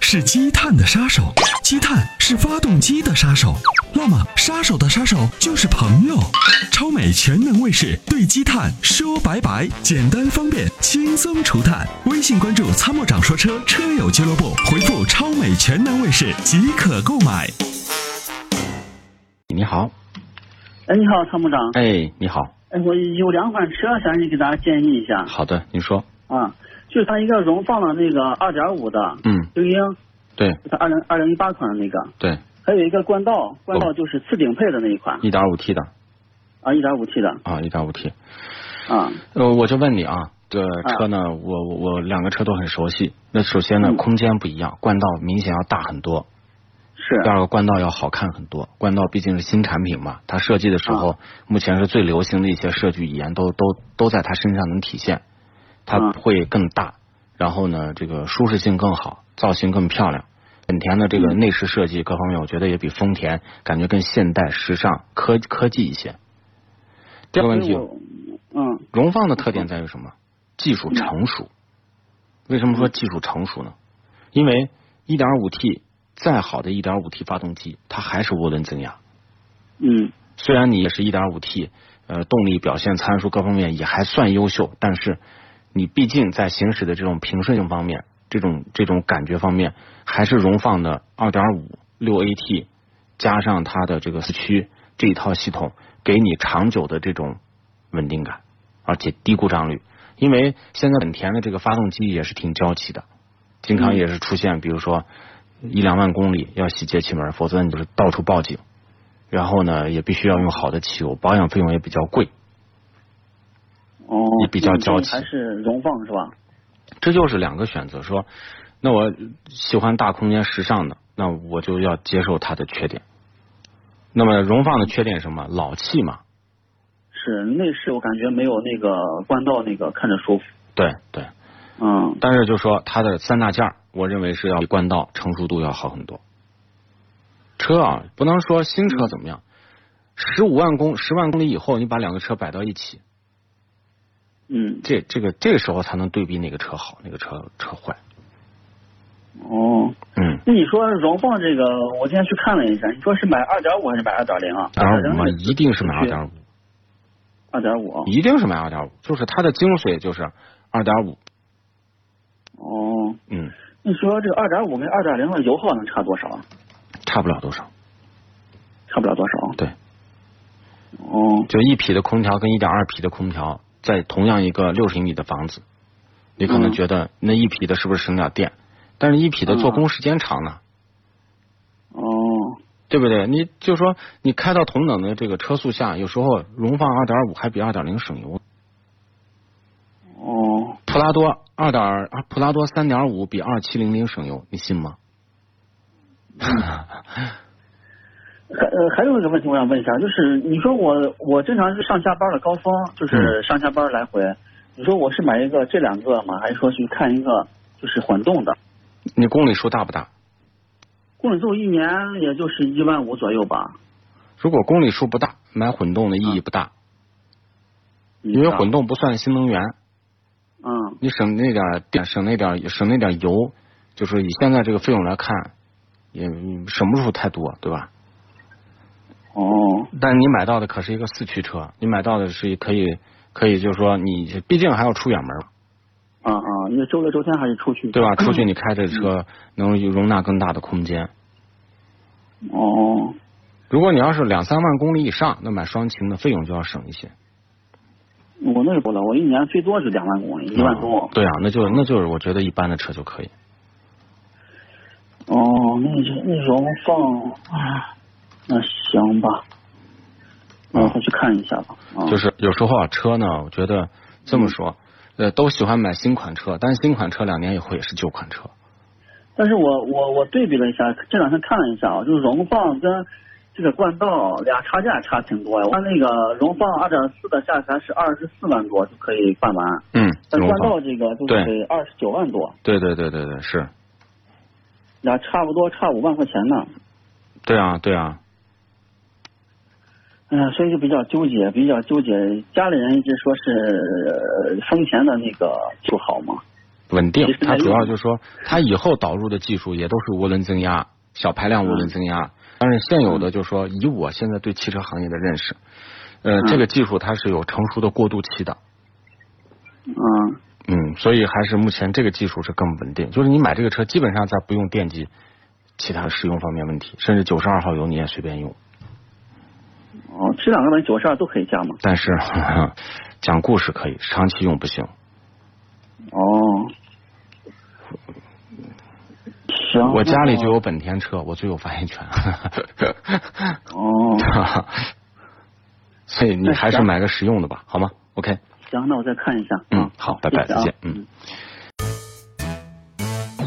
是积碳的杀手，积碳是发动机的杀手。那么，杀手的杀手就是朋友。超美全能卫士对积碳说拜拜，简单方便，轻松除碳。微信关注“参谋长说车”车友俱乐部，回复“超美全能卫士”即可购买。你好，哎，你好，参谋长。哎，你好，哎，我有两款车，想让你给大家建议一下好的，你说，啊。就是它一个荣放的那个二点五的嗯，精英，对就它二零二零一八款的那个，对，还有一个冠道，冠哦道就是次顶配的那一款一点五 T 的啊，一点五 T 的啊，一点五 T，啊，呃，我就问你啊，这啊车呢，我我我两个车都很熟悉。那首先呢，嗯空间不一样，冠道明显要大很多，是第二个冠道要好看很多。冠道毕竟是新产品嘛，它设计的时啊候，目前是最流行的一些设计语言都都都在它身上能体现，它啊会更大，然后呢，这个舒适性更好，造型更漂亮。本田的这嗯个内饰设计各方面，我觉得也比丰田感觉更现代、时尚、科科技一些。第二个问题，所以我嗯，荣放的特点在于什么？技术成熟。为什么说技术成熟呢？因为 1.5T 再好的 1.5T 发动机，它还是涡轮增压。嗯虽然你也是 1.5T，呃，动力表现、参数各方面也还算优秀，但是你毕竟在行驶的这种平顺性方面，这种这种感觉方面，还是荣放的2.5 6AT 加上它的这个四驱这一套系统，给你长久的这种稳定感，而且低故障率。因为现在本田的这个发动机也是挺娇气的，经常也是出现，比如说一两万公里要洗节气门，否则你就是到处报警。然后呢，也必须要用好的汽油，保养费用也比较贵。哦也，比较那你娇气还是荣放是吧？这就是两个选择。说，那我喜欢大空间、时尚的，那我就要接受它的缺点。那么荣放的缺点是什么？老气嘛。是内饰我感觉没有那个冠道那个看着舒服，对对，嗯但是就说它的三大件儿，我认为是要比冠道成熟度要好很多。车啊，不能说新车怎么样，十五万公十万公里以后，你把两个车摆到一起，嗯，这这个这个时候才能对比哪个车好，哪个车车坏。哦，嗯。那你说荣放这个，我今天去看了一下，你说是买二点五还是买二点零啊？二点五嘛， 2.0一定是买二点五，二点五。一定是买二点五，就是它的精髓就是二点五，哦，嗯，你说这个二点五跟二点零的油耗能差多少啊？差不了多少。差不了多少。对，哦，就一匹的空调跟一点二匹的空调，在同样一个六十平米的房子，你可能嗯觉得那一匹的是不是省点电，但是一匹的做工时间长呢，哦，对不对？你就说你开到同等的这个车速下，有时候荣放二点五还比二点零省油，哦，普拉多二点啊，普拉多三点五比二七零零省油，你信吗？ 还呃还有一个问题我想问一下，就是你说我我正常是上下班的高峰，嗯就是上下班来回，你说我是买一个这两个吗？还是说去看一个就是混动的？你公里数大不大？公里数一年也就是一万五左右吧。如果公里数不大，买混动的意啊义不大，嗯因为混动，动不算新能源，啊嗯你省那点儿电，省那点儿省那点儿油，就是以现在这个费用来看，也嗯省不出太多，对吧？哦但你买到的可是一个四驱车，你买到的是可以可以，就是说你毕竟还要出远门，啊啊，因为周六周天还是出去对吧？出嗯去你开着车能容纳更大的空间。哦如果你要是两三万公里以上，那买双擎的费用就要省一些，我那不了，我一年最多就两万公里，一万多嗯。对啊，那就那就是我觉得一般的车就可以。哦，那就那荣放啊，那行吧，那我回去看一下吧。啊、嗯就是有时候啊，车呢，我觉得这么说，呃，都喜欢买新款车，但是新款车两年以后也是旧款车。但是我我我对比了一下，这两天看了一下啊，就是荣放跟这个冠道俩差价差挺多呀。它那个荣放二点四的下辖是二十四万多就可以办完，嗯，但荣冠放道，这个就是得二十九万多，对对对对对，是，俩差不多差五万块钱呢。对啊对啊，哎呀，所以就比较纠结，比较纠结。家里人一直说是呃丰田的那个就好嘛，稳定其实。它呢主要就是说，它以后导入的技术也都是涡轮增压、小排量涡嗯轮增压。但是现有的就是说，以我现在对汽车行业的认识，呃，嗯这个技术它是有成熟的过渡期的。嗯嗯，所以还是目前这个技术是更稳定，就是你买这个车基本上在不用电机，其他使用方面问题，甚至九十二号油你也随便用。哦，这两个门九十二都可以加嘛？但是呵呵讲故事可以，长期用不行。哦，行，我家里那就有本田车，我最有发言权。 哦，所以你还是买个实用的吧，好吗？OK，行，那我再看一下。嗯，好，拜拜，谢谢再啊见，嗯。